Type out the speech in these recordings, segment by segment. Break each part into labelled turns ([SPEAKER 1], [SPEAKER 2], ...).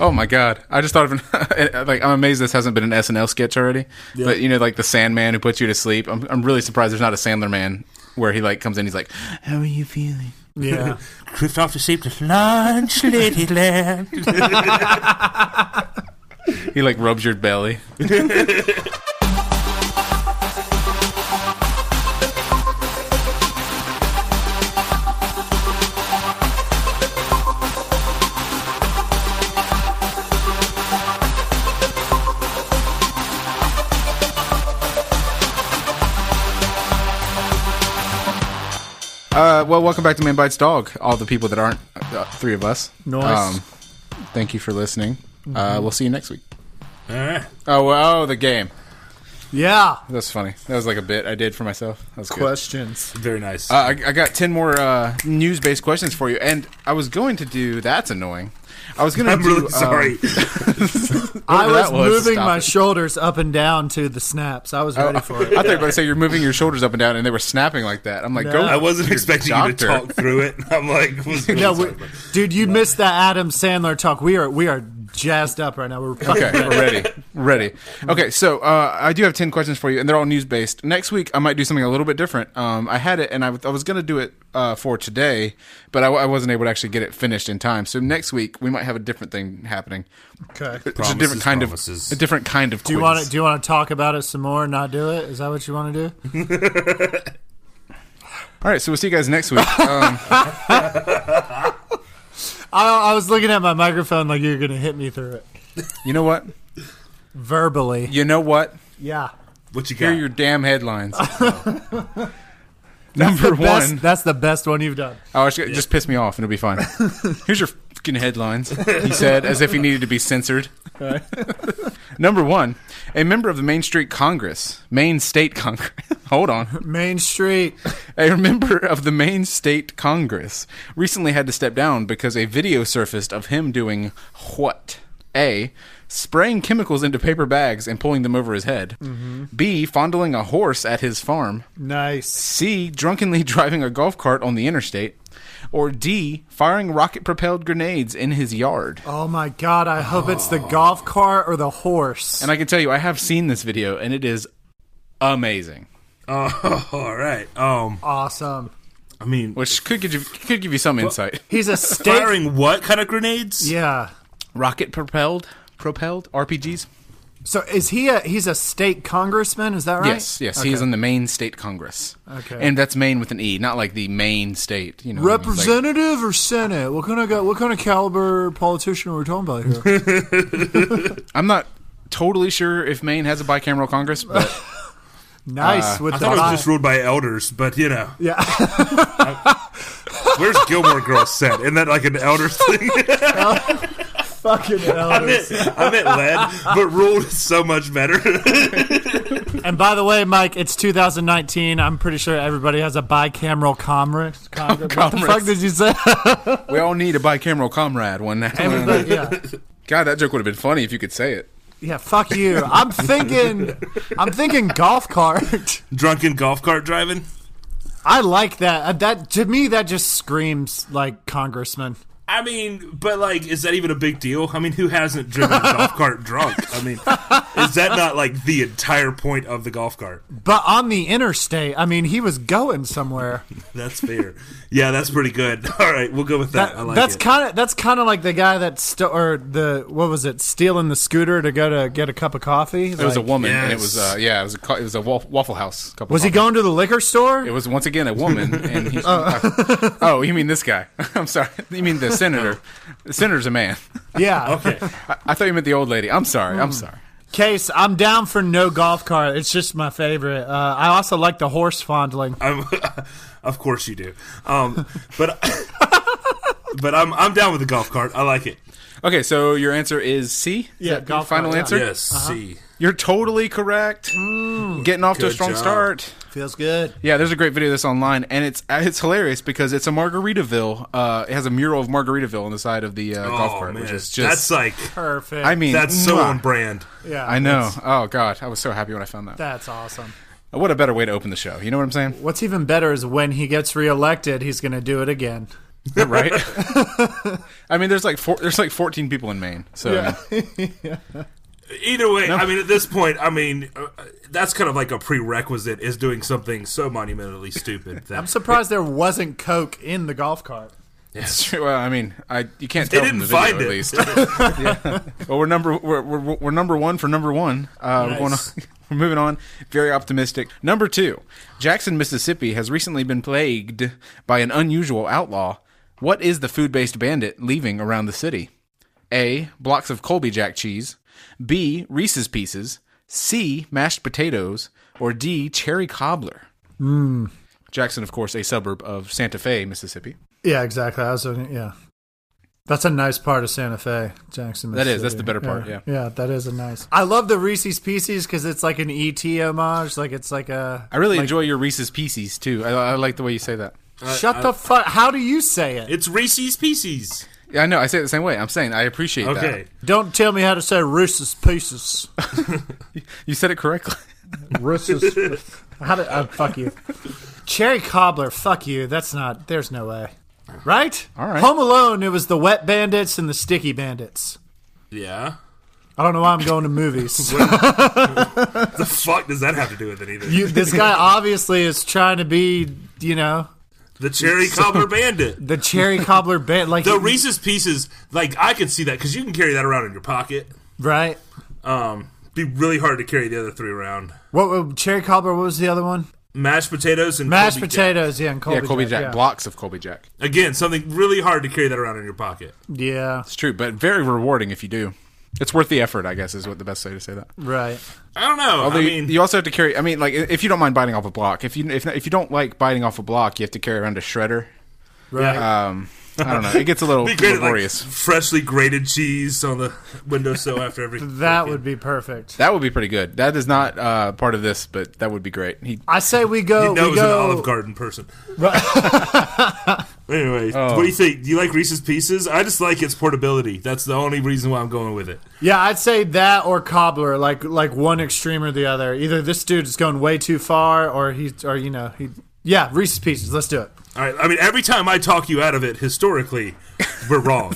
[SPEAKER 1] Oh my god! I just thought of an, like I'm amazed this hasn't been an SNL sketch already.
[SPEAKER 2] Yeah.
[SPEAKER 1] But you know, like the Sandman who puts you to sleep. I'm I'm really surprised there's not a Sandler man where he like comes in. He's like, "How are you feeling?"
[SPEAKER 2] Yeah.
[SPEAKER 3] Drift off to sleep to lunch, Ladyland.
[SPEAKER 1] He like rubs your belly. Uh, well, welcome back to Man Bites Dog. All the people that aren't uh, three of us. Um,
[SPEAKER 2] Nice.
[SPEAKER 1] thank you for listening. Uh, we'll see you next week.
[SPEAKER 3] Eh.
[SPEAKER 1] Oh, well, oh, the game.
[SPEAKER 2] yeah.
[SPEAKER 1] That's funny. That was like a bit I did for myself. That was good.
[SPEAKER 2] Questions.
[SPEAKER 3] Very nice.
[SPEAKER 1] Uh, I, I got ten more uh, news-based questions for you, and I was going to do. That's annoying. I was going to.
[SPEAKER 3] I'm
[SPEAKER 1] do,
[SPEAKER 3] really
[SPEAKER 1] um,
[SPEAKER 3] sorry.
[SPEAKER 2] I Oh, was,
[SPEAKER 1] that was,
[SPEAKER 2] moving
[SPEAKER 1] stop
[SPEAKER 2] my
[SPEAKER 1] it. Oh,
[SPEAKER 2] shoulders up and down to the snaps. I was ready
[SPEAKER 1] I
[SPEAKER 2] for
[SPEAKER 1] thought
[SPEAKER 2] it.
[SPEAKER 1] you were about to say you're moving your shoulders up and down, and they were snapping like that. I'm like, go.
[SPEAKER 2] No.
[SPEAKER 3] I wasn't
[SPEAKER 1] your
[SPEAKER 3] expecting
[SPEAKER 1] doctor.
[SPEAKER 3] you to talk through it. I'm like, was really
[SPEAKER 2] Yeah,
[SPEAKER 3] sorry
[SPEAKER 2] we,
[SPEAKER 3] about that.
[SPEAKER 2] dude, you missed that Adam Sandler talk. We are we are jazzed up right now. We're fucking
[SPEAKER 1] Okay, we're ready, ready. Okay, so uh, I do have ten questions for you, and they're all news based. Next week, I might do something a little bit different. Um, I had it, and I, w- I was going to do it uh, for today, but I, w- I wasn't able to actually get it finished in time. So next week, we might have a different thing happening.
[SPEAKER 2] okay.
[SPEAKER 1] It's a different
[SPEAKER 3] Promises,
[SPEAKER 1] kind
[SPEAKER 3] promises.
[SPEAKER 1] of a different kind of.
[SPEAKER 2] Do you want to do you want to talk about it some more and not do it? Is that what you want to do?
[SPEAKER 1] All right, so we'll see you guys next week. Um,
[SPEAKER 2] I, I was looking at my microphone like you're gonna hit me through it
[SPEAKER 1] you know what?
[SPEAKER 2] verbally.
[SPEAKER 1] You know what?
[SPEAKER 2] Yeah.
[SPEAKER 3] What you got?
[SPEAKER 1] Hear your damn headlines. Number
[SPEAKER 2] Best-
[SPEAKER 1] one.
[SPEAKER 2] that's the best one you've done.
[SPEAKER 1] Oh, just, just piss me off and it'll be fine. Here's your fucking headlines, he said, as if he needed to be censored. Number one, a member of the Main Street Congress, Maine State Congress. Hold on.
[SPEAKER 2] Main Street.
[SPEAKER 1] A member of the Maine State Congress recently had to step down because a video surfaced of him doing what? A. Spraying chemicals into paper bags and pulling them over his head. B. Fondling a horse at his farm.
[SPEAKER 2] Nice.
[SPEAKER 1] C. Drunkenly driving a golf cart on the interstate. Or D. Firing rocket propelled grenades in his yard.
[SPEAKER 2] Oh my god, I hope it's the golf cart or the horse.
[SPEAKER 1] And I can tell you, I have seen this video and it is amazing.
[SPEAKER 3] oh, all right. Um,
[SPEAKER 2] awesome.
[SPEAKER 3] I mean,
[SPEAKER 1] Which could give you, could give you some insight.
[SPEAKER 2] He's a steak.
[SPEAKER 3] firing what kind of grenades?
[SPEAKER 2] Yeah.
[SPEAKER 1] Rocket propelled? Propelled? RPGs?
[SPEAKER 2] So is he a he's a state congressman? Is that right?
[SPEAKER 1] Yes, yes. He is in the Maine State Congress.
[SPEAKER 2] Okay.
[SPEAKER 1] And that's Maine with an E, not like the Maine state. You know, like-
[SPEAKER 2] Representative or Senate? What kind of guy, what kind of caliber politician are we talking about here?
[SPEAKER 1] I'm not totally sure if Maine has a bicameral Congress, but
[SPEAKER 2] nice
[SPEAKER 1] Uh,
[SPEAKER 2] with
[SPEAKER 3] I
[SPEAKER 2] the
[SPEAKER 3] thought it
[SPEAKER 2] high.
[SPEAKER 3] was just ruled by elders, but you know,
[SPEAKER 2] yeah.
[SPEAKER 3] where's Gilmore Girls set? Isn't that like an elders thing?
[SPEAKER 2] Fucking
[SPEAKER 3] I
[SPEAKER 2] hell.
[SPEAKER 3] meant, I meant led, but ruled is so much better.
[SPEAKER 2] And by the way, Mike, it's 2019. I'm pretty sure everybody has a bicameral Congress. Congress. What the
[SPEAKER 1] Congress.
[SPEAKER 2] fuck did you say?
[SPEAKER 1] we all need a bicameral comrade one night.
[SPEAKER 2] Everybody- yeah.
[SPEAKER 1] God, that joke would have been funny if you could say it.
[SPEAKER 2] Yeah, fuck you. I'm thinking I'm thinking golf cart.
[SPEAKER 3] Drunken golf cart driving.
[SPEAKER 2] I like that. Uh, That to me that just screams like congressman.
[SPEAKER 3] I mean, but like, is that even a big deal? I mean, who hasn't driven a golf cart drunk? I mean, is that not like the entire point of the golf cart?
[SPEAKER 2] But on the interstate, I mean, he was going somewhere.
[SPEAKER 3] That's fair. yeah, that's pretty good. All right, we'll go with that. I like
[SPEAKER 2] that's
[SPEAKER 3] it.
[SPEAKER 2] kind of that's kind of like the guy that sto- or the what was it stealing the scooter to go to get a cup of coffee.
[SPEAKER 1] It was a woman, and it
[SPEAKER 3] yes.
[SPEAKER 1] was uh, yeah, it was a co- it was a wa- Waffle House. Couple
[SPEAKER 2] Was he Uh.
[SPEAKER 1] coffee.
[SPEAKER 2] going to the liquor store?
[SPEAKER 1] It was once again a woman, and he. oh, you mean this guy? I'm sorry. You mean the senator? the senator's a man.
[SPEAKER 2] yeah.
[SPEAKER 1] Oh.
[SPEAKER 3] Okay.
[SPEAKER 1] I, I thought you meant the old lady. I'm sorry. I'm
[SPEAKER 2] Hmm.
[SPEAKER 1] sorry.
[SPEAKER 2] Case, I'm down for no golf cart. It's just my favorite. Uh, I also like the horse fondling.
[SPEAKER 3] I'm, of course you do. Um, but but I'm I'm down with the golf cart. I like it.
[SPEAKER 1] Okay, so your answer is C. Is
[SPEAKER 2] Yeah,
[SPEAKER 1] that your
[SPEAKER 2] golf
[SPEAKER 1] final
[SPEAKER 2] cart, yeah.
[SPEAKER 1] answer.
[SPEAKER 3] Yes, see.
[SPEAKER 1] You're totally correct. Getting off to a
[SPEAKER 3] Mm. Good
[SPEAKER 1] strong
[SPEAKER 3] job.
[SPEAKER 1] start.
[SPEAKER 2] Feels good.
[SPEAKER 1] Yeah, there's a great video of this online, and it's uh, it's hilarious because it's a Margaritaville. Uh, it has a mural of Margaritaville on the side of the uh, golf
[SPEAKER 3] Oh,
[SPEAKER 1] cart,
[SPEAKER 3] man.
[SPEAKER 1] which is just.
[SPEAKER 3] that's like
[SPEAKER 2] Perfect.
[SPEAKER 1] I mean,
[SPEAKER 3] that's so
[SPEAKER 1] mwah.
[SPEAKER 3] on brand.
[SPEAKER 2] yeah,
[SPEAKER 1] I know. Oh god, I was so happy when I found that.
[SPEAKER 2] That's awesome.
[SPEAKER 1] What a better way to open the show. You know what I'm saying?
[SPEAKER 2] What's even better is when he gets reelected, he's going to do it again.
[SPEAKER 1] right? I mean, there's like four, there's like 14 people in Maine, so
[SPEAKER 3] Either way, I mean, at this point, I mean, uh, uh, that's kind of like a prerequisite is doing something so monumentally stupid that
[SPEAKER 2] I'm surprised there wasn't Coke in the golf cart.
[SPEAKER 1] It's true. Well, I mean, I you can't tell from
[SPEAKER 3] didn't
[SPEAKER 1] the video
[SPEAKER 3] find
[SPEAKER 1] at
[SPEAKER 3] it.
[SPEAKER 1] least. Yeah. Well, we're number we're, we're, we're number one for number one. Uh, we're, going on,
[SPEAKER 3] Nice.
[SPEAKER 1] we're moving on. Very optimistic. Number two, Jackson, Mississippi has recently been plagued by an unusual outlaw. What is the food-based bandit leaving around the city? A. Blocks of Colby Jack cheese. B. Reese's Pieces. C. Mashed potatoes. Or D. Cherry cobbler. Jackson, of course, a suburb of Santa Fe, Mississippi.
[SPEAKER 2] Yeah, exactly. I was looking- yeah. That's a nice part of Santa Fe, Jackson.
[SPEAKER 1] That is. That's
[SPEAKER 2] Mississippi.
[SPEAKER 1] the better part, yeah.
[SPEAKER 2] yeah, that is a nice. I love the Reese's Pieces because it's like an ET homage. Like it's like a
[SPEAKER 1] I really enjoy your Reese's Pieces too. I, I like the way you say that.
[SPEAKER 2] shut the fuck. How do you say it?
[SPEAKER 3] it's Reese's Pieces.
[SPEAKER 1] Yeah, I know. I say it the same way. I'm saying I appreciate that.
[SPEAKER 3] Okay,
[SPEAKER 2] Don't tell me how to say Reese's Pieces.
[SPEAKER 1] You said it correctly.
[SPEAKER 2] Reese's. how do? Oh, fuck you. Cherry cobbler. Fuck you. That's not. There's no way. Right.
[SPEAKER 1] All right.
[SPEAKER 2] Home Alone. It was the wet bandits and the sticky bandits.
[SPEAKER 3] yeah.
[SPEAKER 2] I don't know why I'm going to movies.
[SPEAKER 3] The fuck does that have to do with it either?
[SPEAKER 2] You, this guy obviously is trying to be, you know,
[SPEAKER 3] the Cherry Cobbler Bandit.
[SPEAKER 2] the cherry cobbler band, like
[SPEAKER 3] The Reese's Pieces, like I can see that because you can carry that around in your pocket.
[SPEAKER 2] right?
[SPEAKER 3] Um, be really hard to carry the other three around.
[SPEAKER 2] What what- cherry cobbler? What was the other one?
[SPEAKER 3] Mashed potatoes and
[SPEAKER 2] Mashed
[SPEAKER 3] Colby Jack.
[SPEAKER 2] potatoes, yeah, and Colby,
[SPEAKER 1] yeah, Colby Jack.
[SPEAKER 2] yeah.
[SPEAKER 1] Blocks of Colby Jack.
[SPEAKER 3] Again, something really hard to carry that around in your pocket.
[SPEAKER 2] Yeah,
[SPEAKER 1] It's true, but very rewarding if you do. It's worth the effort, I guess, is what the best way to say that.
[SPEAKER 2] right.
[SPEAKER 3] I don't know.
[SPEAKER 1] Although
[SPEAKER 3] I
[SPEAKER 1] you-
[SPEAKER 3] mean,
[SPEAKER 1] you also have to carry. I mean, like if you don't mind biting off a block, if you if, if you don't like biting off a block, you have to carry around a shredder.
[SPEAKER 2] Right.
[SPEAKER 3] Ah,
[SPEAKER 1] Um, I don't know. It gets a little
[SPEAKER 3] be great at, like,
[SPEAKER 1] laborious.
[SPEAKER 3] freshly grated cheese on the windowsill after every.
[SPEAKER 2] that would be perfect.
[SPEAKER 1] that would be pretty good. That is not uh, part of this, but that would be great. He
[SPEAKER 2] I say we go.
[SPEAKER 3] No, it
[SPEAKER 2] we
[SPEAKER 3] was an Olive
[SPEAKER 2] go.
[SPEAKER 3] Garden person. anyway, what do you think? Do you like Reese's Pieces? I just like its portability. That's the only reason why I'm going with it.
[SPEAKER 2] Yeah, I'd say that or cobbler, like like one extreme or the other. Either this dude is going way too far, or he's, or you know, he. Yeah, Reese's Pieces. Let's do it.
[SPEAKER 3] All right. I mean, every time I talk you out of it, historically, we're wrong.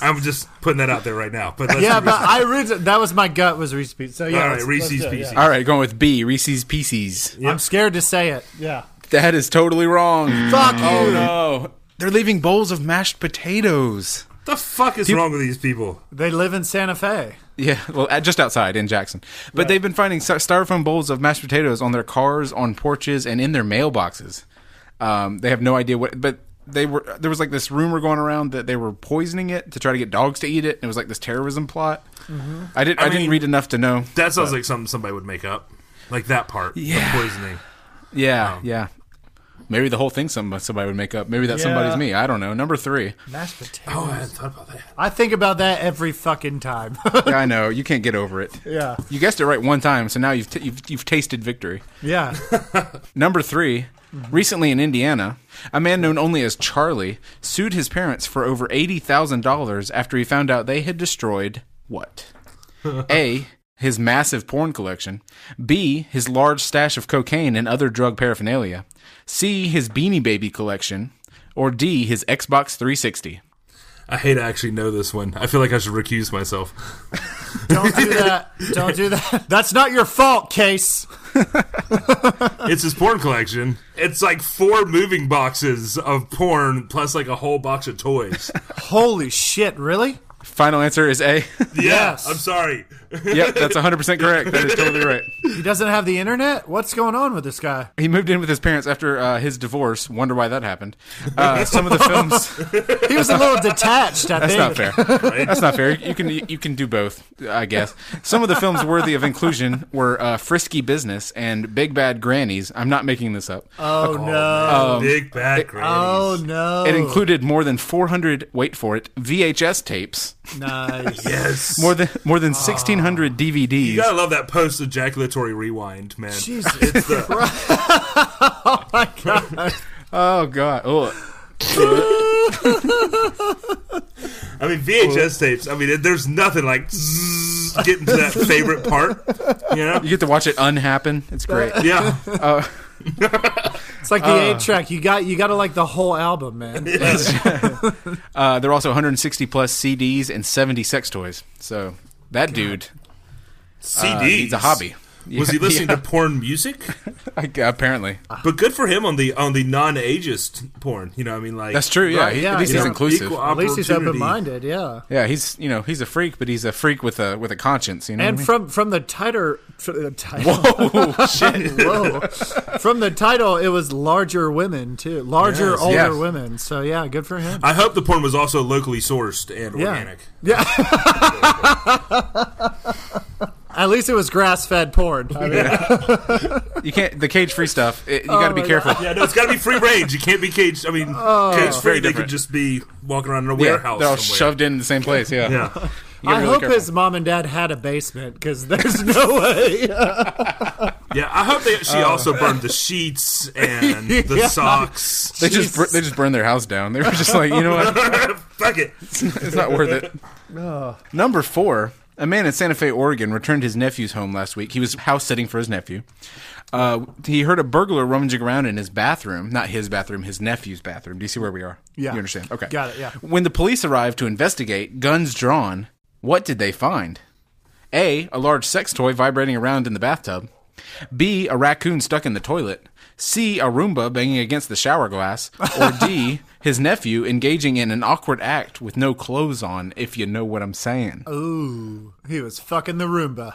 [SPEAKER 3] I'm just putting that out there right now. But let's
[SPEAKER 2] Yeah, but I originally, that was my gut was Reese's Pieces. So yeah,
[SPEAKER 3] all right,
[SPEAKER 2] let's- let's
[SPEAKER 3] Reese's
[SPEAKER 2] do it, yeah.
[SPEAKER 3] Pieces.
[SPEAKER 1] all right, going with B. Reese's Pieces.
[SPEAKER 2] I'm scared to say it. Yeah.
[SPEAKER 1] That is totally wrong.
[SPEAKER 2] Fuck you.
[SPEAKER 1] Oh, no. They're leaving bowls of mashed potatoes.
[SPEAKER 3] The fuck is wrong with these people?
[SPEAKER 2] They live in Santa Fe.
[SPEAKER 1] Yeah, well, at- just outside in Jackson. But they've been finding styro- styrofoam bowls of mashed potatoes on their cars, on porches, and in their mailboxes. Um, they have no idea what, but they were. There was like this rumor going around that they were poisoning it to try to get dogs to eat it. And it was like this terrorism plot. I didn't. I, didn't
[SPEAKER 3] mean-
[SPEAKER 1] read enough to know.
[SPEAKER 3] That sounds like something somebody would make up. Like that part,
[SPEAKER 1] Yeah.
[SPEAKER 3] the poisoning.
[SPEAKER 1] Yeah, yeah. Maybe the whole thing some somebody would make up. Maybe that somebody's
[SPEAKER 2] Yeah.
[SPEAKER 1] me. I don't know. Number three.
[SPEAKER 2] Mashed potatoes.
[SPEAKER 3] Oh, I hadn't thought about that.
[SPEAKER 2] I think about that every fucking time.
[SPEAKER 1] yeah, I know. You can't get over it.
[SPEAKER 2] yeah.
[SPEAKER 1] You guessed it right one time, so now you've t- you've, you've tasted victory.
[SPEAKER 2] Yeah.
[SPEAKER 1] Number 3 recently in Indiana, a man known only as Charlie sued his parents for over $80,000 after he found out they had destroyed what? A. His massive porn collection. B. His large stash of cocaine and other drug paraphernalia. C. His beanie baby collection. Or D. His Xbox 360.
[SPEAKER 3] I hate to actually know this one. I feel like I should recuse myself.
[SPEAKER 2] Don't do that. Don't do that. That's not your fault, Case.
[SPEAKER 3] It's his porn collection. It's like four moving boxes of porn plus like a whole box of toys.
[SPEAKER 2] Holy shit, really?
[SPEAKER 1] Final answer is A.
[SPEAKER 3] Yeah,
[SPEAKER 2] Yes.
[SPEAKER 3] I'm sorry.
[SPEAKER 1] yep, that's 100% correct. That is totally right.
[SPEAKER 2] He doesn't have the internet? What's going on with this guy?
[SPEAKER 1] He moved in with his parents after uh, his divorce. Wonder why that happened. Uh, some of the films.
[SPEAKER 2] He was a little detached, I
[SPEAKER 1] That's
[SPEAKER 2] think.
[SPEAKER 1] not fair. That's not fair. You can you can do both, I guess. Some of the films worthy of inclusion were uh, Frisky Business and Big Bad Grannies. I'm not making this up.
[SPEAKER 2] Oh, no.
[SPEAKER 3] Big bad grannies.
[SPEAKER 2] Oh no.
[SPEAKER 1] it included more than 400. Wait for it. VHS tapes.
[SPEAKER 2] nice.
[SPEAKER 3] yes.
[SPEAKER 1] More than more than
[SPEAKER 2] Oh.
[SPEAKER 1] 1,600 DVDs.
[SPEAKER 3] you gotta love that post ejaculatory rewind, man.
[SPEAKER 2] Jesus.
[SPEAKER 3] It's the,
[SPEAKER 2] My God.
[SPEAKER 1] Oh god. Oh.
[SPEAKER 3] I mean VHS tapes. I mean, it- there's nothing like zzz, getting to that favorite part. You know?
[SPEAKER 1] You get to watch it unhappen. It's great.
[SPEAKER 3] Yeah.
[SPEAKER 2] It's like the eight track. You got you got to like the whole album, man.
[SPEAKER 1] Uh, there are also 160 plus CDs and 70 sex toys. So that dude
[SPEAKER 3] CDs.
[SPEAKER 1] uh, needs a hobby.
[SPEAKER 3] Was he
[SPEAKER 1] Yeah,
[SPEAKER 3] listening
[SPEAKER 1] yeah.
[SPEAKER 3] to porn music?
[SPEAKER 1] Like, apparently,
[SPEAKER 3] But good for him on the on the non ageist porn. You know, what I mean, like
[SPEAKER 1] that's true. Yeah,
[SPEAKER 2] Right,
[SPEAKER 1] he,
[SPEAKER 2] yeah,
[SPEAKER 1] at least
[SPEAKER 2] yeah.
[SPEAKER 1] he's inclusive.
[SPEAKER 3] Equal
[SPEAKER 2] At least he's
[SPEAKER 3] opportunity.
[SPEAKER 2] open minded. Yeah.
[SPEAKER 1] Yeah, he's you know he's a freak, but he's a freak with a with a conscience. You know,
[SPEAKER 2] And
[SPEAKER 1] what
[SPEAKER 2] from from the tighter, from the title,
[SPEAKER 1] I mean? oh shit,
[SPEAKER 2] whoa, from the title, it was larger women too, larger
[SPEAKER 3] Yes.
[SPEAKER 2] older
[SPEAKER 1] Yes.
[SPEAKER 2] women. So yeah, good for him.
[SPEAKER 3] I hope the porn was also locally sourced and
[SPEAKER 2] Yeah.
[SPEAKER 3] organic.
[SPEAKER 2] At least it was grass fed porn. I mean,
[SPEAKER 1] you can't the cage free stuff. It, you got to be
[SPEAKER 2] Oh my
[SPEAKER 1] careful.
[SPEAKER 3] Yeah, no, it's got to be free range. You can't be caged. I mean,
[SPEAKER 2] Oh.
[SPEAKER 3] cage free. They could
[SPEAKER 1] different.
[SPEAKER 3] just be walking around in a
[SPEAKER 1] Yeah,
[SPEAKER 3] warehouse.
[SPEAKER 1] they're all
[SPEAKER 3] somewhere.
[SPEAKER 1] shoved in the same place. Yeah,
[SPEAKER 3] Yeah.
[SPEAKER 1] You gotta
[SPEAKER 2] I
[SPEAKER 1] be really
[SPEAKER 2] hope
[SPEAKER 1] careful.
[SPEAKER 2] his mom and dad had a basement because there's no way.
[SPEAKER 3] Yeah, I hope they,
[SPEAKER 2] Oh.
[SPEAKER 3] she also burned the sheets and the socks.
[SPEAKER 1] They just bur- they just burned their house down. They were just like, you know what,
[SPEAKER 3] Fuck it.
[SPEAKER 1] it's not worth it. Number four, a man in Santa Fe, Oregon, returned his nephew's home last week. He was house sitting for his nephew. Uh, he heard a burglar rummaging around in his bathroom, not his bathroom, his nephew's bathroom. Do you see where we are?
[SPEAKER 2] Yeah.
[SPEAKER 1] you understand? Okay,
[SPEAKER 2] Got it, yeah.
[SPEAKER 1] When the police arrived to investigate, guns drawn, what did they find? A. A large sex toy vibrating around in the bathtub. B. A raccoon stuck in the toilet. C. A Roomba banging against the shower glass. Or D. His nephew engaging in an awkward act with no clothes on, if you know what I'm saying.
[SPEAKER 2] Ooh, he was fucking the Roomba.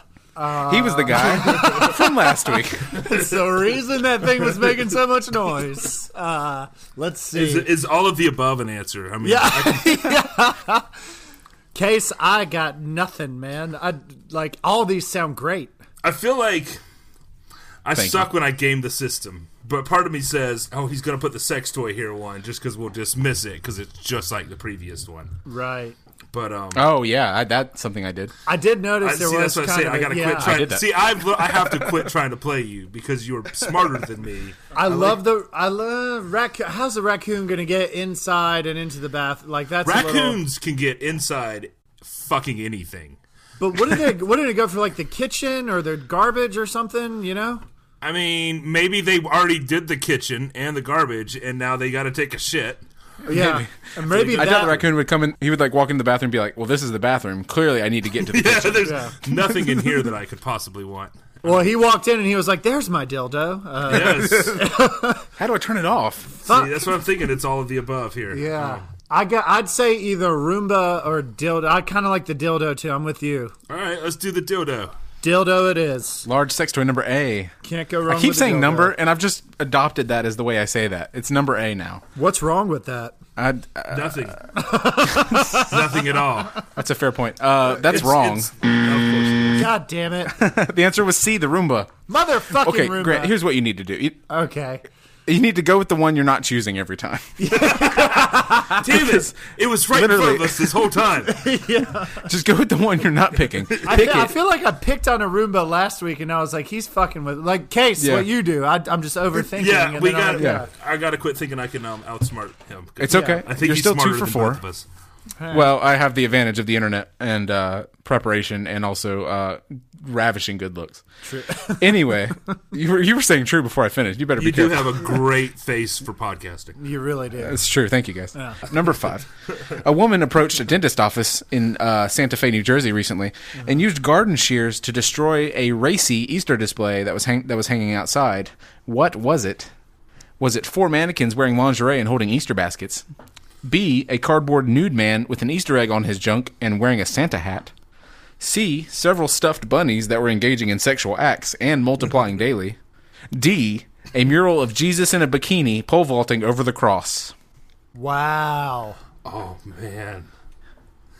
[SPEAKER 1] he was the guy from last week.
[SPEAKER 2] That's the reason that thing was making so much noise. Uh, let's see.
[SPEAKER 3] Is, is all of the above an answer? I mean,
[SPEAKER 2] Case, I got nothing, man. I like all these sound great.
[SPEAKER 3] I feel like I
[SPEAKER 1] Thank
[SPEAKER 3] suck when I game the system, but part of me says, "Oh, he's gonna put the sex toy here one just because we'll dismiss it because it's just like the previous one."
[SPEAKER 2] Right.
[SPEAKER 3] But um,
[SPEAKER 1] Oh yeah, I, that's something I did.
[SPEAKER 2] I did notice
[SPEAKER 3] I,
[SPEAKER 2] there
[SPEAKER 3] see, that's
[SPEAKER 2] was
[SPEAKER 3] what I
[SPEAKER 2] kind
[SPEAKER 3] say.
[SPEAKER 2] of
[SPEAKER 3] I
[SPEAKER 2] a-
[SPEAKER 3] gotta
[SPEAKER 2] yeah.
[SPEAKER 3] quit trying.
[SPEAKER 1] that.
[SPEAKER 3] See, I've I have to quit trying to play you because you're smarter than me.
[SPEAKER 2] I, love the I love raccoon. How's the raccoon gonna get inside and into the bath? Like that's a little-
[SPEAKER 3] Raccoons can get inside fucking anything.
[SPEAKER 2] but what did they? What did it go for? Like the kitchen or the garbage or something? You know?
[SPEAKER 3] I mean, maybe they already did the kitchen and the garbage, and now they got to take a shit.
[SPEAKER 2] Yeah. And maybe
[SPEAKER 1] I
[SPEAKER 2] that,
[SPEAKER 1] thought the raccoon would come in. He would like walk in the bathroom and be like, "Well, this is the bathroom. Clearly, I need to get to the
[SPEAKER 3] Yeah,
[SPEAKER 1] kitchen."
[SPEAKER 3] there's nothing in here that I could possibly want.
[SPEAKER 2] Well, he walked in and he was like, "There's my dildo." Uh,
[SPEAKER 3] Yes.
[SPEAKER 1] How do I turn it off?
[SPEAKER 2] fuck.
[SPEAKER 3] See, that's what I'm thinking. It's all of the above here.
[SPEAKER 2] Yeah.
[SPEAKER 1] Oh.
[SPEAKER 2] I got. I'd say either Roomba or dildo. I kind of like the dildo too. I'm with you.
[SPEAKER 3] All right, let's do the dildo.
[SPEAKER 2] Dildo, it is.
[SPEAKER 1] Large sex toy number A.
[SPEAKER 2] Can't go wrong.
[SPEAKER 1] I keep
[SPEAKER 2] with a
[SPEAKER 1] saying
[SPEAKER 2] dildo.
[SPEAKER 1] number, and I've just adopted that as the way I say that. It's number A now.
[SPEAKER 2] What's wrong with that?
[SPEAKER 1] I, uh,
[SPEAKER 3] Nothing. Nothing at all.
[SPEAKER 1] that's a fair point. Uh, that's
[SPEAKER 3] It's-
[SPEAKER 1] wrong.
[SPEAKER 3] it's- of
[SPEAKER 1] Mm.
[SPEAKER 3] course.
[SPEAKER 2] God damn it,
[SPEAKER 1] the answer was C, the Roomba.
[SPEAKER 2] motherfucking
[SPEAKER 1] Okay,
[SPEAKER 2] Roomba.
[SPEAKER 1] Grant, here's what you need to do. You,
[SPEAKER 2] okay.
[SPEAKER 1] you need to go with the one you're not choosing every time.
[SPEAKER 3] Damn it! It was right in front of
[SPEAKER 1] Literally.
[SPEAKER 3] us this whole time.
[SPEAKER 1] just go with the one you're not picking. Pick
[SPEAKER 2] I, feel, I
[SPEAKER 1] it.
[SPEAKER 2] feel like I picked on a Roomba last week, and I was like, "He's fucking with like case
[SPEAKER 1] Yeah.
[SPEAKER 2] what you do." I, I'm just overthinking.
[SPEAKER 3] Yeah,
[SPEAKER 2] and
[SPEAKER 3] we
[SPEAKER 2] then I'm
[SPEAKER 3] got.
[SPEAKER 2] like,
[SPEAKER 1] Yeah.
[SPEAKER 3] I got to quit thinking I can um, outsmart him.
[SPEAKER 1] It's okay.
[SPEAKER 3] I think
[SPEAKER 1] you're
[SPEAKER 3] he's
[SPEAKER 1] still two
[SPEAKER 3] smarter
[SPEAKER 1] for
[SPEAKER 3] than
[SPEAKER 1] four.
[SPEAKER 3] both of us.
[SPEAKER 1] Well, I have the advantage of the internet and uh, preparation, and also uh, ravishing good looks. True. anyway, you were you were saying true before I finished. You better
[SPEAKER 3] You
[SPEAKER 1] be
[SPEAKER 3] do
[SPEAKER 1] careful.
[SPEAKER 3] have a great face for podcasting.
[SPEAKER 2] You really do.
[SPEAKER 1] It's true. Thank you, guys. Number five. A woman approached a dentist office in uh, Santa Fe, New Jersey recently and used garden shears to destroy a racy Easter display that was, hang- that was hanging outside. What was it? Was it four mannequins wearing lingerie and holding Easter baskets? B. A cardboard nude man with an Easter egg on his junk and wearing a Santa hat? C. Several stuffed bunnies that were engaging in sexual acts and multiplying daily? D. A mural of Jesus in a bikini pole vaulting over the cross.
[SPEAKER 2] Wow.
[SPEAKER 3] Oh man!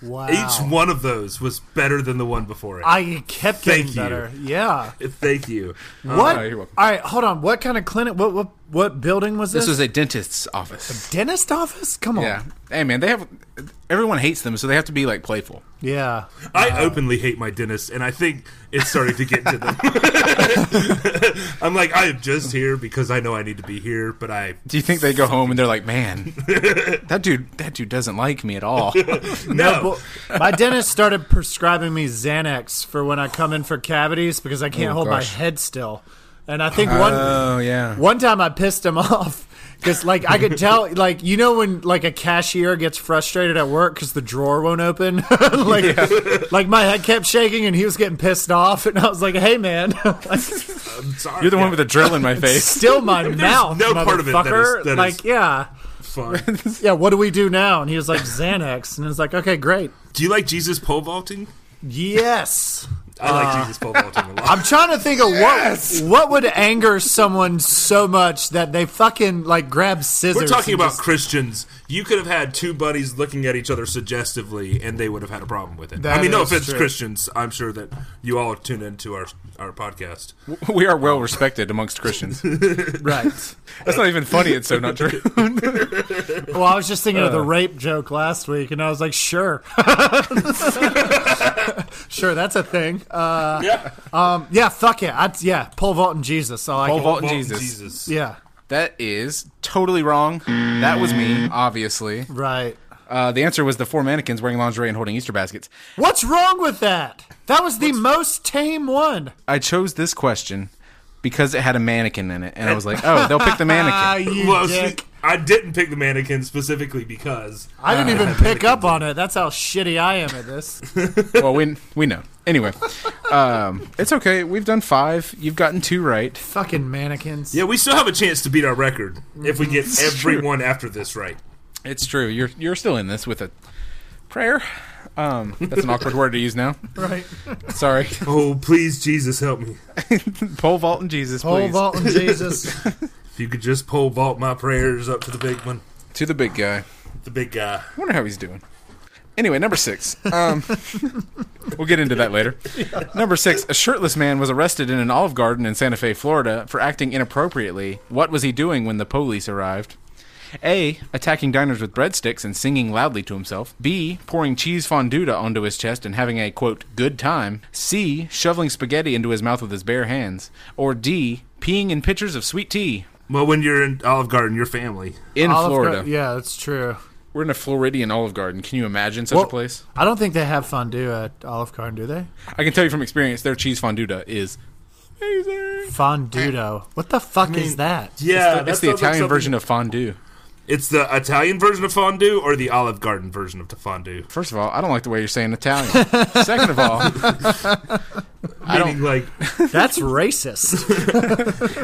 [SPEAKER 2] Wow.
[SPEAKER 3] Each one of those was better than the one before it.
[SPEAKER 2] I kept getting
[SPEAKER 3] Thank you.
[SPEAKER 2] better. Yeah.
[SPEAKER 3] Thank you.
[SPEAKER 2] What?
[SPEAKER 1] Oh, you're welcome.
[SPEAKER 2] All right, hold on. What kind of clinic? What what what building was this?
[SPEAKER 1] This was a dentist's office.
[SPEAKER 2] dentist office. Come on.
[SPEAKER 1] Yeah. Hey man, they have everyone hates them, so they have to be like playful.
[SPEAKER 2] Yeah.
[SPEAKER 3] I openly hate my dentist, and I think it's starting to get to them. I'm like, I am just here because I know I need to be here, but I
[SPEAKER 1] Do you think they go home and they're like, "Man, that dude that dude doesn't like me at all."
[SPEAKER 3] no.
[SPEAKER 2] Well, my dentist started prescribing me Xanax for when I come in for cavities because I can't
[SPEAKER 1] Oh,
[SPEAKER 2] hold
[SPEAKER 1] gosh.
[SPEAKER 2] my head still. And I think one
[SPEAKER 1] Oh yeah.
[SPEAKER 2] one time I pissed him off because like I could tell like you know when like a cashier gets frustrated at work because the drawer won't open like like my head kept shaking and he was getting pissed off and I was like hey man like,
[SPEAKER 3] I'm sorry.
[SPEAKER 1] You're the one with the drill in my face.
[SPEAKER 2] still my mouth
[SPEAKER 3] no part of it that is-
[SPEAKER 2] motherfucker."
[SPEAKER 3] that is-
[SPEAKER 2] like yeah
[SPEAKER 3] Fun.
[SPEAKER 2] yeah what do we do now and he was like Xanax and I was like okay great
[SPEAKER 3] Do you like Jesus pole vaulting?
[SPEAKER 2] yes
[SPEAKER 3] I like
[SPEAKER 1] Uh,
[SPEAKER 3] Jesus pole vaulting a lot.
[SPEAKER 2] I'm trying to think of what what would anger someone so much that they fucking like grab scissors
[SPEAKER 3] We're talking
[SPEAKER 2] and
[SPEAKER 3] about
[SPEAKER 2] just-
[SPEAKER 3] Christians. You could have had two buddies looking at each other suggestively, and they would have had a problem with it.
[SPEAKER 2] That
[SPEAKER 3] I mean, no
[SPEAKER 2] is
[SPEAKER 3] offense,
[SPEAKER 2] true.
[SPEAKER 3] Christians. I'm sure that you all tune into our our podcast.
[SPEAKER 1] We are well respected amongst Christians.
[SPEAKER 2] right
[SPEAKER 1] That's not even funny. It's so not true.
[SPEAKER 2] Well, I was just thinking of the rape joke last week, and I was like, sure. sure, that's a thing. Uh,
[SPEAKER 3] yeah,
[SPEAKER 2] yeah, fuck it. I'd, yeah, pole vault and Jesus. All I
[SPEAKER 1] Pole
[SPEAKER 2] can-
[SPEAKER 1] vault and
[SPEAKER 3] Well,
[SPEAKER 1] Oh, Jesus.
[SPEAKER 2] Yeah,
[SPEAKER 1] That is totally wrong. That was me, obviously.
[SPEAKER 2] right.
[SPEAKER 1] Uh, the answer was the four mannequins wearing lingerie and holding Easter baskets.
[SPEAKER 2] What's wrong with that? That was the most tame one.
[SPEAKER 1] I chose this question because it had a mannequin in it, and I was like, "Oh, they'll pick the
[SPEAKER 2] Ah,
[SPEAKER 1] mannequin."
[SPEAKER 2] you
[SPEAKER 3] Well, see,
[SPEAKER 2] dick.
[SPEAKER 3] I didn't pick the mannequin specifically because
[SPEAKER 2] I didn't even pick up on it. That's how shitty I am at this.
[SPEAKER 1] well, we we know. Anyway, um, it's okay. We've done five. You've gotten two right.
[SPEAKER 2] Fucking mannequins.
[SPEAKER 3] yeah, we still have a chance to beat our record if we get
[SPEAKER 2] Mm-hmm.
[SPEAKER 3] everyone after this right.
[SPEAKER 1] It's true. You're you're still in this with a prayer. Um, that's an awkward word to use now.
[SPEAKER 2] Right.
[SPEAKER 1] Sorry.
[SPEAKER 3] Oh, please, Jesus, help me!
[SPEAKER 1] Pole vault and Jesus,
[SPEAKER 2] Pole
[SPEAKER 1] please.
[SPEAKER 2] vault and Jesus.
[SPEAKER 3] If you could just pole vault my prayers up to the big one,
[SPEAKER 1] To the big guy.
[SPEAKER 3] the big guy.
[SPEAKER 1] I wonder how he's doing. Anyway, number six. Um, we'll get into that later. Number six. A shirtless man was arrested in an Olive Garden in Santa Fe, Florida, for acting inappropriately. What was he doing when the police arrived? A. Attacking diners with breadsticks and singing loudly to himself. B. Pouring cheese fonduta onto his chest and having a, quote, good time. C. Shoveling spaghetti into his mouth with his bare hands. Or D. Peeing in pitchers of sweet tea
[SPEAKER 3] Well, when you're in Olive Garden, your family.
[SPEAKER 1] in
[SPEAKER 2] Olive Gar-
[SPEAKER 1] Florida.
[SPEAKER 2] yeah, that's true.
[SPEAKER 1] We're in a Floridian Olive Garden. Can you imagine such a
[SPEAKER 2] Well,
[SPEAKER 1] place?
[SPEAKER 2] I don't think they have fondue at Olive Garden, do they?
[SPEAKER 1] I can tell you from experience, their cheese fonduta is amazing.
[SPEAKER 2] Fondudo. What the fuck is that?
[SPEAKER 3] Yeah,
[SPEAKER 1] it's the Italian version of fondue.
[SPEAKER 3] It's the Italian version of fondue or the Olive Garden version of the fondue.
[SPEAKER 1] First of all, I don't like the way you're saying Italian. Second of all, I
[SPEAKER 3] Meaning,
[SPEAKER 1] don't.
[SPEAKER 3] like,
[SPEAKER 2] That's racist.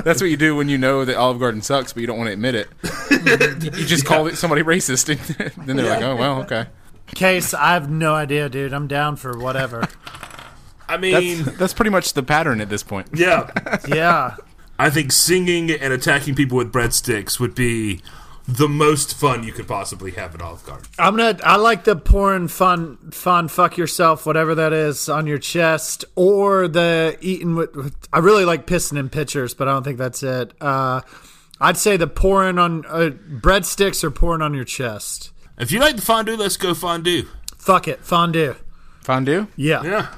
[SPEAKER 1] That's what you do when you know that Olive Garden sucks, but you don't want to admit it. you just call it somebody racist, and then they're like, "Oh well, okay."
[SPEAKER 2] Case, I have no idea, dude. I'm down for whatever.
[SPEAKER 3] I mean,
[SPEAKER 1] That's that's pretty much the pattern at this point.
[SPEAKER 3] yeah.
[SPEAKER 2] Yeah.
[SPEAKER 3] I think singing and attacking people with breadsticks would be the most fun you could possibly have at Olive Garden.
[SPEAKER 2] I'm gonna I like the pouring fun fun fuck yourself, whatever that is, on your chest, or the eating with, with I really like pissing in pitchers, but I don't think that's it. Uh I'd say the pouring on uh, breadsticks or pouring on your chest.
[SPEAKER 3] If you like the fondue, let's go fondue.
[SPEAKER 2] Fuck it, fondue.
[SPEAKER 1] Fondue.
[SPEAKER 2] Yeah.
[SPEAKER 3] Yeah.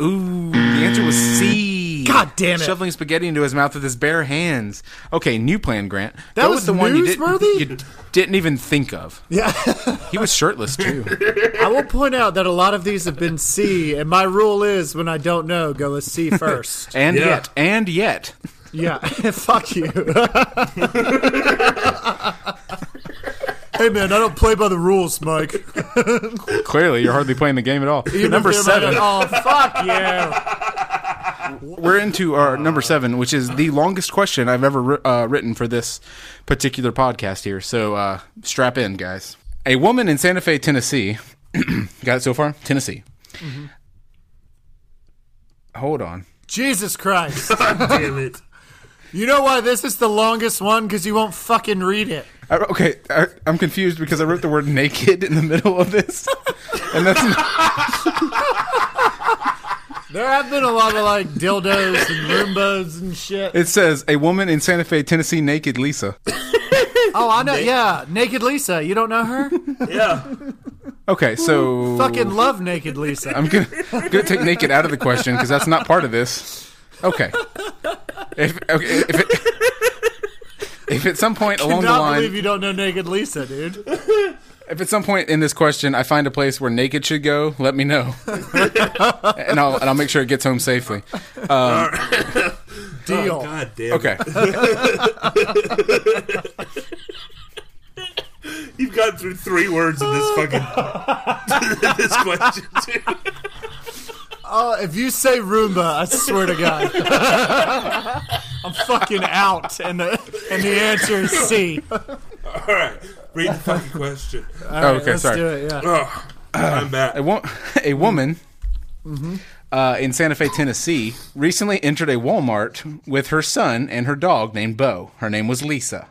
[SPEAKER 1] Ooh, the answer was C.
[SPEAKER 2] God damn it.
[SPEAKER 1] Shoveling spaghetti into his mouth with his bare hands. Okay, new plan, Grant. That
[SPEAKER 2] was
[SPEAKER 1] the one you didn't,
[SPEAKER 2] newsworthy?
[SPEAKER 1] you didn't even think of.
[SPEAKER 2] Yeah.
[SPEAKER 1] He was shirtless too.
[SPEAKER 2] I will point out that a lot of these have been C, and my rule is when I don't know, go with C first.
[SPEAKER 1] And
[SPEAKER 3] Yeah.
[SPEAKER 1] yet, and yet,
[SPEAKER 2] Yeah, fuck you. hey man, I don't play by the rules, Mike.
[SPEAKER 1] clearly you're hardly playing the game at all. number
[SPEAKER 2] If they're
[SPEAKER 1] seven.
[SPEAKER 2] like, Oh fuck you!
[SPEAKER 1] We're into our number seven, which is the longest question I've ever wri- uh, written for this particular podcast here. So uh, strap in, guys. A woman in Santa Fe, Tennessee. got it so far? Tennessee. Mm-hmm. Hold on.
[SPEAKER 2] Jesus Christ!
[SPEAKER 3] Damn it.
[SPEAKER 2] You know why this is the longest one? Because you won't fucking read it.
[SPEAKER 1] I, okay, I, I'm confused because I wrote the word naked in the middle of this, and that's
[SPEAKER 2] There have been a lot of like dildos and Roombas and shit.
[SPEAKER 1] it says a woman in Santa Fe, Tennessee, naked Lisa.
[SPEAKER 2] Oh, I know. Yeah, Naked Lisa. You don't know her?
[SPEAKER 3] Yeah.
[SPEAKER 1] Okay, so
[SPEAKER 2] fucking love Naked Lisa.
[SPEAKER 1] I'm gonna, I'm gonna take naked out of the question because that's not part of this. Okay, if okay, if, it, if at some point along the
[SPEAKER 2] Not believe
[SPEAKER 1] line,
[SPEAKER 2] you don't know Naked Lisa, dude.
[SPEAKER 1] if at some point in this question I find a place where naked should go, let me know, and I'll and I'll make sure it gets home safely.
[SPEAKER 2] Deal.
[SPEAKER 3] Oh, God damn. it.
[SPEAKER 1] Okay.
[SPEAKER 3] You've gone through three words in this fucking this question. Too.
[SPEAKER 2] Uh, if you say Roomba, I swear to God, I'm fucking out. And the and the answer is C. All
[SPEAKER 3] All right, read the fucking question.
[SPEAKER 2] right,
[SPEAKER 1] okay,
[SPEAKER 2] let's
[SPEAKER 1] sorry.
[SPEAKER 2] do it. Yeah.
[SPEAKER 3] Ugh, I'm
[SPEAKER 1] A,
[SPEAKER 3] back.
[SPEAKER 1] wo- a woman uh, in Santa Fe, Tennessee, recently entered a Walmart with her son and her dog named Bo. Her name was Lisa.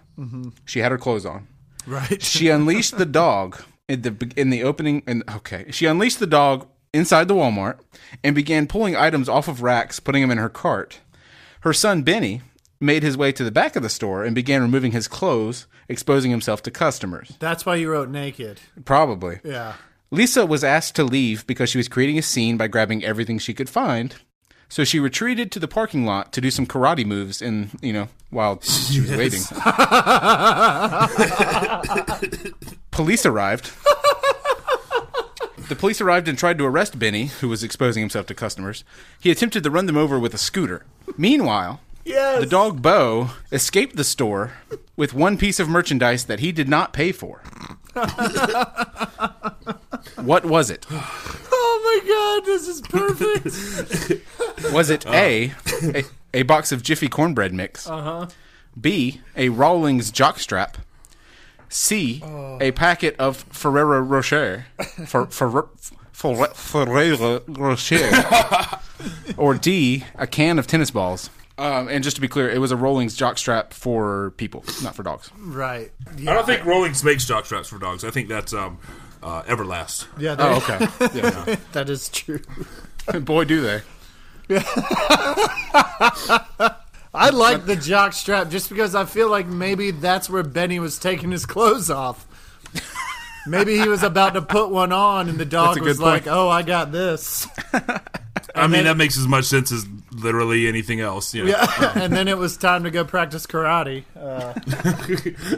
[SPEAKER 1] She had her clothes on.
[SPEAKER 2] Right.
[SPEAKER 1] She unleashed the dog in the be- in the opening. In, okay, she unleashed the dog inside the Walmart and began pulling items off of racks, putting them in her cart. Her son Benny made his way to the back of the store and began removing his clothes, exposing himself to customers.
[SPEAKER 2] That's why you wrote naked.
[SPEAKER 1] Probably.
[SPEAKER 2] Yeah.
[SPEAKER 1] Lisa was asked to leave because she was creating a scene by grabbing everything she could find. So she retreated to the parking lot to do some karate moves in, you know, while she was waiting. police arrived. The police arrived and tried to arrest Benny, who was exposing himself to customers. He attempted to run them over with a scooter. Meanwhile,
[SPEAKER 2] Yes.
[SPEAKER 1] the dog Bo escaped the store with one piece of merchandise that he did not pay for. what was it?
[SPEAKER 2] Oh my God, this is perfect.
[SPEAKER 1] Was it A, a, a box of Jiffy cornbread mix? B, a Rawlings jockstrap? C, a packet of Ferrero Rocher? For, Ferre- Ferre- Ferrero Rocher? or D, a can of tennis balls? Um, and just to be clear, it was a Rawlings jockstrap for people, not for dogs.
[SPEAKER 2] right.
[SPEAKER 1] Oh,
[SPEAKER 3] I
[SPEAKER 2] Yeah.
[SPEAKER 3] don't think Rollings makes jockstraps for dogs. I think that's um, uh, Everlast.
[SPEAKER 2] yeah
[SPEAKER 1] Oh,
[SPEAKER 2] that-
[SPEAKER 1] okay. Yeah.
[SPEAKER 2] that is true.
[SPEAKER 1] Boy, do they.
[SPEAKER 2] I like the jock strap just because I feel like maybe that's where Benny was taking his clothes off. Maybe he was about to put one on, and the dog
[SPEAKER 1] That's a
[SPEAKER 2] was
[SPEAKER 1] good point.
[SPEAKER 2] like, "Oh, I got this,"
[SPEAKER 3] I mean, that makes as much sense as literally anything else. You know?
[SPEAKER 1] Oh.
[SPEAKER 2] and then it was time to go practice karate. Uh,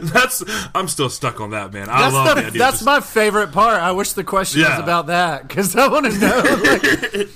[SPEAKER 3] that's I'm still stuck on that, man. I
[SPEAKER 2] that's
[SPEAKER 3] love
[SPEAKER 2] the-
[SPEAKER 3] the, idea.
[SPEAKER 2] that's
[SPEAKER 3] of just-
[SPEAKER 2] my favorite part. I wish the question was
[SPEAKER 3] Yeah.
[SPEAKER 2] about that because I want to know. like,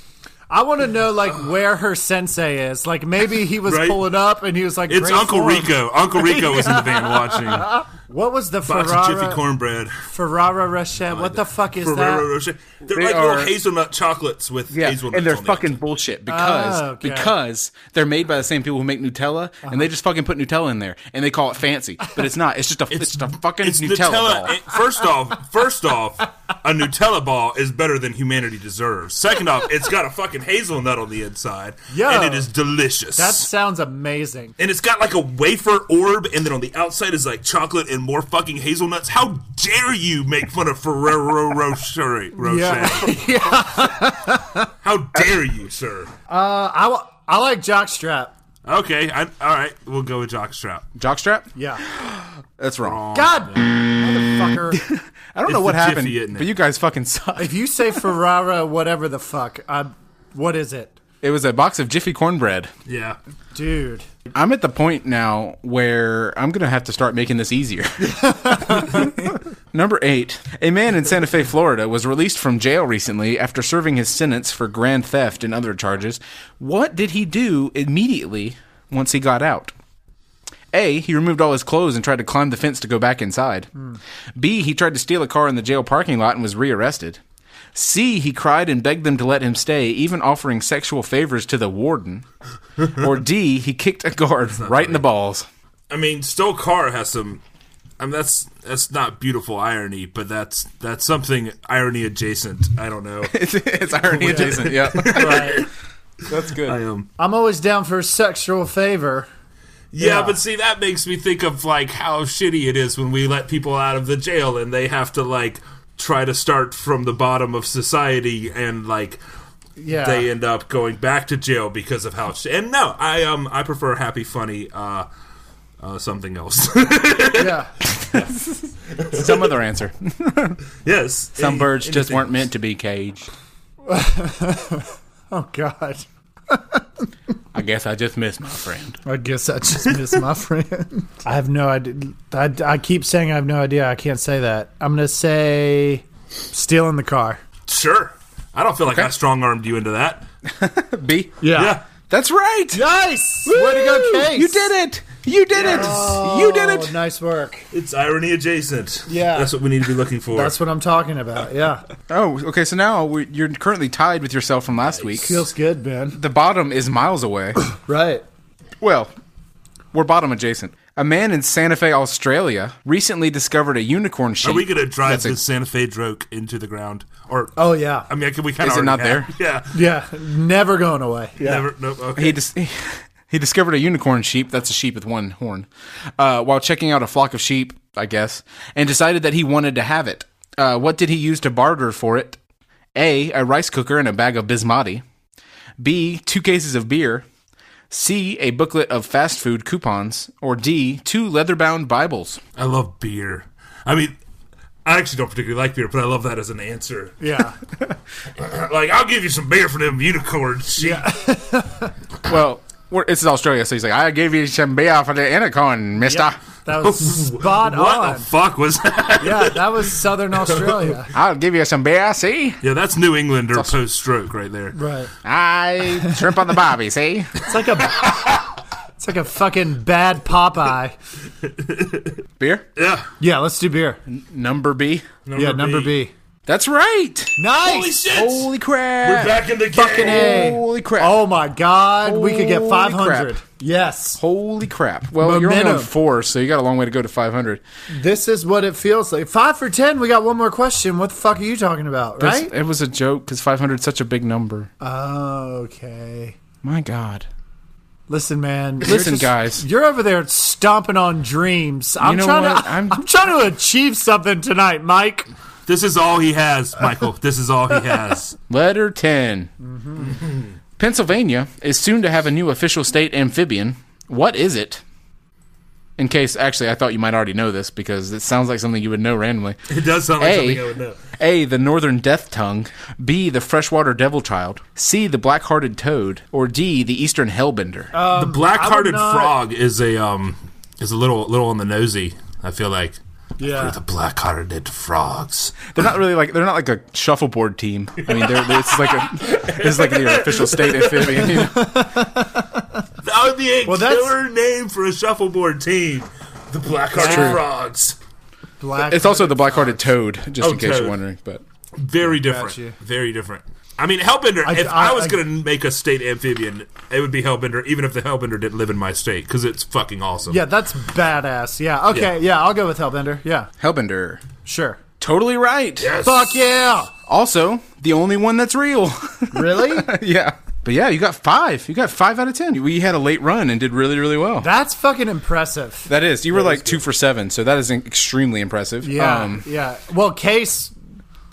[SPEAKER 2] I want to know like where her sensei is. Like maybe he was
[SPEAKER 3] Right?
[SPEAKER 2] pulling up, and he was like,
[SPEAKER 3] it's
[SPEAKER 2] "Great
[SPEAKER 3] Uncle
[SPEAKER 2] form."
[SPEAKER 3] Rico. Uncle Rico was in the van watching box
[SPEAKER 2] What was the
[SPEAKER 3] of Jiffy
[SPEAKER 2] Ferrara
[SPEAKER 3] cornbread.
[SPEAKER 2] Ferrara Rocher? What the fuck is
[SPEAKER 3] Ferrero
[SPEAKER 2] that?
[SPEAKER 3] Rocher. They're
[SPEAKER 1] They
[SPEAKER 3] like
[SPEAKER 1] are-
[SPEAKER 3] little hazelnut chocolates with
[SPEAKER 1] Yeah,
[SPEAKER 3] hazelnuts.
[SPEAKER 1] and they're
[SPEAKER 3] on the
[SPEAKER 1] fucking bullshit because
[SPEAKER 2] Oh, okay.
[SPEAKER 1] because they're made by the same people who make Nutella, and they just fucking put Nutella in there, and they call it fancy, but it's not. It's just a it's, just a fucking
[SPEAKER 3] It's
[SPEAKER 1] Nutella,
[SPEAKER 3] Nutella.
[SPEAKER 1] ball.
[SPEAKER 3] it- First off, first off, a Nutella ball is better than humanity deserves. Second off, it's got a fucking hazelnut on the inside,
[SPEAKER 2] Yo.
[SPEAKER 3] and it is delicious.
[SPEAKER 2] That sounds amazing.
[SPEAKER 3] and it's got like a wafer orb, and then on the outside is like chocolate and more fucking hazelnuts. How dare you make fun of Ferrero Rocher? Rocher.
[SPEAKER 2] Yeah.
[SPEAKER 3] How dare you, sir?
[SPEAKER 2] Uh, I, wa- I like jockstrap.
[SPEAKER 3] Okay, I, all right, we'll go with jockstrap.
[SPEAKER 1] Jockstrap?
[SPEAKER 2] Yeah.
[SPEAKER 1] That's wrong.
[SPEAKER 3] Oh,
[SPEAKER 2] God, motherfucker.
[SPEAKER 1] I don't know
[SPEAKER 3] It's
[SPEAKER 1] what
[SPEAKER 3] the Jiffy,
[SPEAKER 1] happened,
[SPEAKER 3] isn't it?
[SPEAKER 1] but you guys fucking suck.
[SPEAKER 2] If you say Ferrara, whatever the fuck, I, what is it,
[SPEAKER 1] It was a box of Jiffy cornbread.
[SPEAKER 3] Yeah.
[SPEAKER 2] dude?
[SPEAKER 1] I'm at the point now where I'm gonna have to start making this easier. Number eight. A man in Santa Fe, Florida was released from jail recently after serving his sentence for grand theft and other charges. What did he do immediately once he got out? A. He removed all his clothes and tried to climb the fence to go back inside. B. He tried to steal a car in the jail parking lot and was rearrested. C. He cried and begged them to let him stay, even offering sexual favors to the warden. or D. He kicked a guard right in the balls.
[SPEAKER 3] I mean, Stoll Carr has some. I mean, that's that's not beautiful irony, but that's that's something irony adjacent. I don't know.
[SPEAKER 1] It's, it's irony adjacent. Yeah,
[SPEAKER 2] Right.
[SPEAKER 1] that's good.
[SPEAKER 3] I um, am.
[SPEAKER 2] I'm always down for a sexual favor.
[SPEAKER 3] Yeah,
[SPEAKER 2] Yeah.
[SPEAKER 3] but see, that makes me think of like how shitty it is when we let people out of the jail and they have to like try to start from the bottom of society and like
[SPEAKER 2] Yeah.
[SPEAKER 3] they uh, end up going back to jail because of how. Sh- and no, I um I prefer happy, funny, uh, uh something else.
[SPEAKER 2] yeah.
[SPEAKER 1] Some other answer.
[SPEAKER 3] yes,
[SPEAKER 1] Some
[SPEAKER 3] Any-
[SPEAKER 1] birds just
[SPEAKER 3] anything
[SPEAKER 1] weren't
[SPEAKER 3] else.
[SPEAKER 1] meant to be caged.
[SPEAKER 2] Oh God.
[SPEAKER 1] I guess I just missed my friend.
[SPEAKER 2] I guess I just missed my friend. I have no idea. I, I keep saying I have no idea. I can't say that. I'm gonna say stealing the car.
[SPEAKER 3] Sure, I don't feel like I strong armed you into that.
[SPEAKER 1] B.
[SPEAKER 3] Yeah.
[SPEAKER 1] That's right.
[SPEAKER 2] Nice. Way to go,
[SPEAKER 1] Woo!
[SPEAKER 2] Case.
[SPEAKER 1] You did it. You did
[SPEAKER 2] Oh,
[SPEAKER 1] it. You did it.
[SPEAKER 2] Nice work.
[SPEAKER 3] It's irony adjacent.
[SPEAKER 2] Yeah.
[SPEAKER 3] That's what we need to be looking for.
[SPEAKER 2] That's what I'm talking about. Yeah,
[SPEAKER 1] Oh, okay. So now we, you're currently tied with yourself from last week.
[SPEAKER 2] feels good, Ben.
[SPEAKER 1] The bottom is miles away.
[SPEAKER 2] Right.
[SPEAKER 1] well, we're bottom adjacent. A man in Santa Fe, Australia, recently discovered a unicorn sheep.
[SPEAKER 3] Are we going to drive
[SPEAKER 1] That's a-
[SPEAKER 3] this Santa Fe joke into the ground? Or
[SPEAKER 2] Oh yeah.
[SPEAKER 3] I mean, can we kind of
[SPEAKER 1] Is it not
[SPEAKER 3] Yeah.
[SPEAKER 2] yeah. Never going away. Yeah.
[SPEAKER 3] Never. Nope. Okay.
[SPEAKER 1] He dis- he discovered a unicorn sheep. That's a sheep with one horn. Uh, while checking out a flock of sheep, I guess, and decided that he wanted to have it. Uh, what did he use to barter for it? A. A rice cooker and a bag of basmati. B. Two cases of beer. C. A booklet of fast food coupons. Or D. Two leather bound Bibles.
[SPEAKER 3] I love beer. I mean, I actually don't particularly like beer, but I love that as an answer.
[SPEAKER 2] Yeah.
[SPEAKER 3] Like, I'll give you some beer for them unicorns. Yeah.
[SPEAKER 1] Well, we're, it's Australia, so he's like, I gave you some beer for the unicorn, mister.
[SPEAKER 2] That was spot
[SPEAKER 3] what
[SPEAKER 2] on.
[SPEAKER 3] the fuck was that?
[SPEAKER 2] yeah, that was Southern Australia.
[SPEAKER 1] I'll give you some beer, see?
[SPEAKER 3] yeah, that's New Englander post stroke right there.
[SPEAKER 2] Right.
[SPEAKER 1] I shrimp on the bobby, see?
[SPEAKER 2] It's like a. It's like a fucking bad Popeye.
[SPEAKER 1] Beer?
[SPEAKER 3] Yeah.
[SPEAKER 2] Yeah, let's do beer.
[SPEAKER 1] Number B.
[SPEAKER 2] yeah, number B.
[SPEAKER 1] That's right.
[SPEAKER 2] Nice.
[SPEAKER 3] Holy shit!
[SPEAKER 1] Holy crap!
[SPEAKER 3] We're back in the game.
[SPEAKER 2] Fucking A.
[SPEAKER 1] Holy crap!
[SPEAKER 2] Oh my god, we could get
[SPEAKER 1] Holy
[SPEAKER 2] 500.
[SPEAKER 1] crap.
[SPEAKER 2] Yes.
[SPEAKER 1] Holy crap! Well, you're only
[SPEAKER 2] Momentum.
[SPEAKER 1] on four, so you got a long way to go to 500.
[SPEAKER 2] This is what it feels like. 5 for 10, we got one more question. What the fuck are you talking about,
[SPEAKER 1] That's-
[SPEAKER 2] right?
[SPEAKER 1] It was a joke because 500 is such a big number.
[SPEAKER 2] Okay.
[SPEAKER 1] My God!
[SPEAKER 2] Listen, man. you're
[SPEAKER 1] Listen, guys.
[SPEAKER 2] You're over there stomping on dreams. I'm
[SPEAKER 1] know
[SPEAKER 2] trying
[SPEAKER 1] what?
[SPEAKER 2] to.
[SPEAKER 1] I'm-
[SPEAKER 2] I'm, trying to achieve something tonight, Mike.
[SPEAKER 3] This is all he has, Michael. this is all he has.
[SPEAKER 1] Letter 10. Pennsylvania is soon to have a new official state amphibian. What is it? In case, actually, I thought you might already know this because it sounds like something you would know randomly.
[SPEAKER 3] It does sound like
[SPEAKER 1] A.
[SPEAKER 3] something I would know.
[SPEAKER 1] A. The northern death tongue. B. The freshwater devil child. C. The black hearted toad. Or D. The eastern hellbender.
[SPEAKER 3] the black-hearted
[SPEAKER 2] Um, not-
[SPEAKER 3] frog is a um is a little little on the nosy. I feel like
[SPEAKER 2] Yeah.
[SPEAKER 3] We're the black-hearted frogs.
[SPEAKER 1] They're not really like they're not like a shuffleboard team. I mean, they're, they're, it's like a it's like the official state amphibian. you know?
[SPEAKER 3] That would be a
[SPEAKER 2] Well, that's-
[SPEAKER 3] killer name for a shuffleboard team. The black-hearted frogs.
[SPEAKER 2] Black.
[SPEAKER 1] It's also the black-hearted toad, just in case
[SPEAKER 3] toad.
[SPEAKER 1] you're wondering. But
[SPEAKER 3] Very different.
[SPEAKER 2] Gotcha.
[SPEAKER 3] Very different. I mean, Hellbender. if I,
[SPEAKER 2] I-
[SPEAKER 3] was
[SPEAKER 2] I-
[SPEAKER 3] going to make a state amphibian, it would be Hellbender, even if the Hellbender didn't live in my state, because it's fucking awesome.
[SPEAKER 2] yeah, that's badass. Yeah. Okay.
[SPEAKER 3] Yeah.
[SPEAKER 2] Yeah. I'll go with Hellbender. Yeah.
[SPEAKER 1] hellbender,
[SPEAKER 2] Sure.
[SPEAKER 1] totally right.
[SPEAKER 3] Yes.
[SPEAKER 2] Fuck yeah.
[SPEAKER 1] Also, the only one that's real.
[SPEAKER 2] Really?
[SPEAKER 1] yeah. But yeah, you got five. You got five out of ten. We had a late run and did really, really well.
[SPEAKER 2] that's fucking impressive.
[SPEAKER 1] that is, you were like two for seven, so that is extremely impressive. Um,
[SPEAKER 2] Yeah, yeah. Well, Case,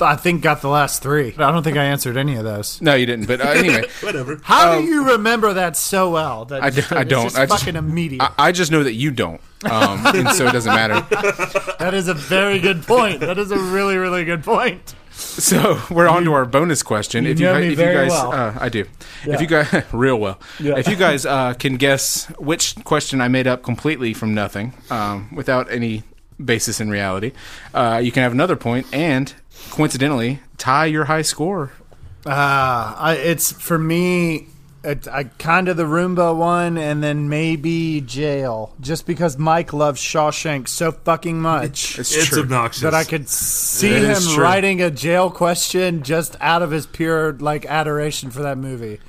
[SPEAKER 2] I think got the last three. I don't think I answered any of those.
[SPEAKER 1] no, you didn't. But uh, anyway,
[SPEAKER 3] Whatever.
[SPEAKER 2] How do you remember that so well? That
[SPEAKER 1] Um, I d- I
[SPEAKER 2] it's
[SPEAKER 1] don't.
[SPEAKER 2] Just
[SPEAKER 1] I just-
[SPEAKER 2] fucking immediate.
[SPEAKER 1] I, I just know that you don't, um, and so it doesn't matter.
[SPEAKER 2] that is a very good point. That is a really, really good point.
[SPEAKER 1] So we're on to our bonus question. if
[SPEAKER 2] know
[SPEAKER 1] you,
[SPEAKER 2] me
[SPEAKER 1] if
[SPEAKER 2] very
[SPEAKER 1] you guys,
[SPEAKER 2] well.
[SPEAKER 1] uh, I do. If you guys, real well. If you guys uh, can guess which question I made up completely from nothing, um, without any basis in reality, uh, you can have another point and coincidentally tie your high score.
[SPEAKER 2] Uh, I, it's for me. It, I kind of the Roomba one, and then maybe jail, just because Mike loves Shawshank so fucking much
[SPEAKER 1] It's,
[SPEAKER 3] It's
[SPEAKER 1] true.
[SPEAKER 3] obnoxious.
[SPEAKER 2] that I could see
[SPEAKER 1] It
[SPEAKER 2] him
[SPEAKER 1] is true.
[SPEAKER 2] writing a jail question just out of his pure like adoration for that movie.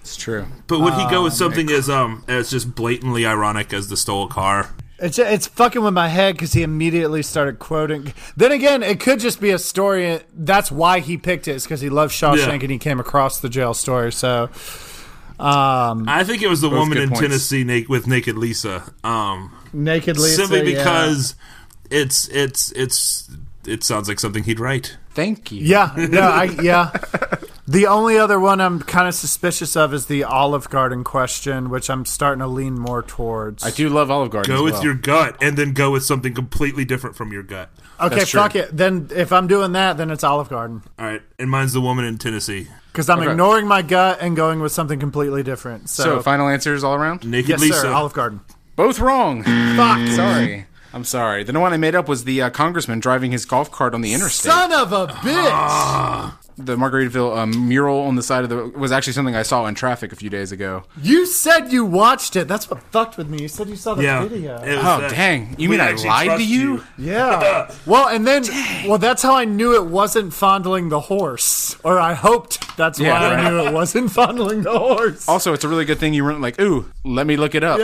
[SPEAKER 1] It's true.
[SPEAKER 3] But would he go with something as um as just blatantly ironic as the stole car?
[SPEAKER 2] It's it's fucking with my head because he immediately started quoting. Then again, it could just be a story. That's why he picked it is because he loved Shawshank
[SPEAKER 3] Yeah.
[SPEAKER 2] and he came across the jail story. So, um,
[SPEAKER 3] I think it was the woman
[SPEAKER 1] good
[SPEAKER 3] in
[SPEAKER 1] points.
[SPEAKER 3] Tennessee na- with naked Lisa. Um,
[SPEAKER 2] naked Lisa,
[SPEAKER 3] simply
[SPEAKER 2] yeah.
[SPEAKER 3] because it's it's it's it sounds like something he'd write.
[SPEAKER 1] Thank you.
[SPEAKER 2] Yeah, no, I, yeah. The only other one I'm kind of suspicious of is the Olive Garden question, which I'm starting to lean more towards.
[SPEAKER 1] I do love Olive Garden. as
[SPEAKER 3] Go with
[SPEAKER 1] well.
[SPEAKER 3] your gut, and then go with something completely different from your gut.
[SPEAKER 2] okay,
[SPEAKER 1] That's true.
[SPEAKER 2] fuck it. Then if I'm doing that, then it's Olive Garden
[SPEAKER 3] All right, and mine's the woman in Tennessee,
[SPEAKER 2] because I'm
[SPEAKER 1] Okay.
[SPEAKER 2] ignoring my gut and going with something completely different. So,
[SPEAKER 1] So final answers all around.
[SPEAKER 3] naked
[SPEAKER 2] yes,
[SPEAKER 3] Lisa.
[SPEAKER 2] sir, Olive Garden.
[SPEAKER 1] Both wrong. Fuck. Sorry. I'm sorry. The one I made up was the uh, congressman driving his golf cart on the interstate.
[SPEAKER 2] Son of a bitch.
[SPEAKER 1] the Margaritaville um, mural on the side of the was actually something I saw in traffic a few days ago.
[SPEAKER 2] You said you watched it. That's what fucked with me. You said you saw the
[SPEAKER 3] Yeah.
[SPEAKER 2] video.
[SPEAKER 3] It was
[SPEAKER 1] Oh,
[SPEAKER 3] that.
[SPEAKER 1] dang. You
[SPEAKER 3] We
[SPEAKER 1] mean I
[SPEAKER 3] actually
[SPEAKER 1] lied to
[SPEAKER 3] trust
[SPEAKER 1] you?
[SPEAKER 2] yeah. Well, and then, well, that's how I knew it wasn't fondling the horse, or I hoped that's
[SPEAKER 1] Yeah,
[SPEAKER 2] why I
[SPEAKER 1] right. Oh.
[SPEAKER 2] knew it wasn't fondling the horse.
[SPEAKER 1] Also, it's a really good thing you weren't like, ooh, let me look it up.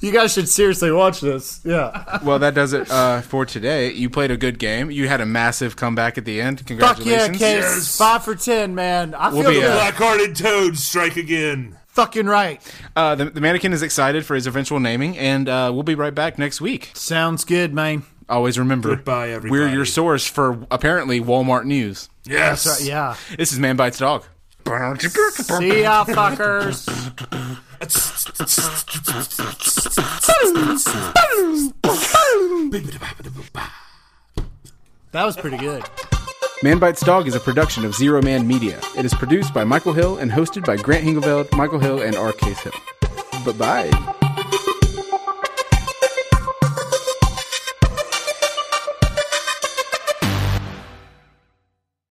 [SPEAKER 2] You guys should seriously watch this. Yeah.
[SPEAKER 1] Well, that does it uh, for today. You played a good game. You had a massive comeback at the end.
[SPEAKER 2] Fuck yeah,
[SPEAKER 1] Congratulations.
[SPEAKER 2] Case.
[SPEAKER 3] Yes.
[SPEAKER 2] Five for ten, man. I
[SPEAKER 1] We'll
[SPEAKER 2] feel
[SPEAKER 1] be,
[SPEAKER 2] the
[SPEAKER 1] uh,
[SPEAKER 3] Black-hearted toads strike again.
[SPEAKER 2] fucking right.
[SPEAKER 1] Uh, the, the mannequin is excited for his eventual naming, and uh, we'll be right back next week.
[SPEAKER 2] Sounds good, man.
[SPEAKER 1] Always remember,
[SPEAKER 3] Goodbye, everybody.
[SPEAKER 1] we're your source for apparently Walmart news.
[SPEAKER 3] Yes.
[SPEAKER 2] That's right, yeah.
[SPEAKER 1] This is Man Bites Dog.
[SPEAKER 2] See ya, fuckers. That was pretty good.
[SPEAKER 1] Man Bites Dog is a production of Zero Man Media. It is produced by Michael Hill and hosted by Grant Hingeveld, Michael Hill, and R. Case Hill. Bye bye.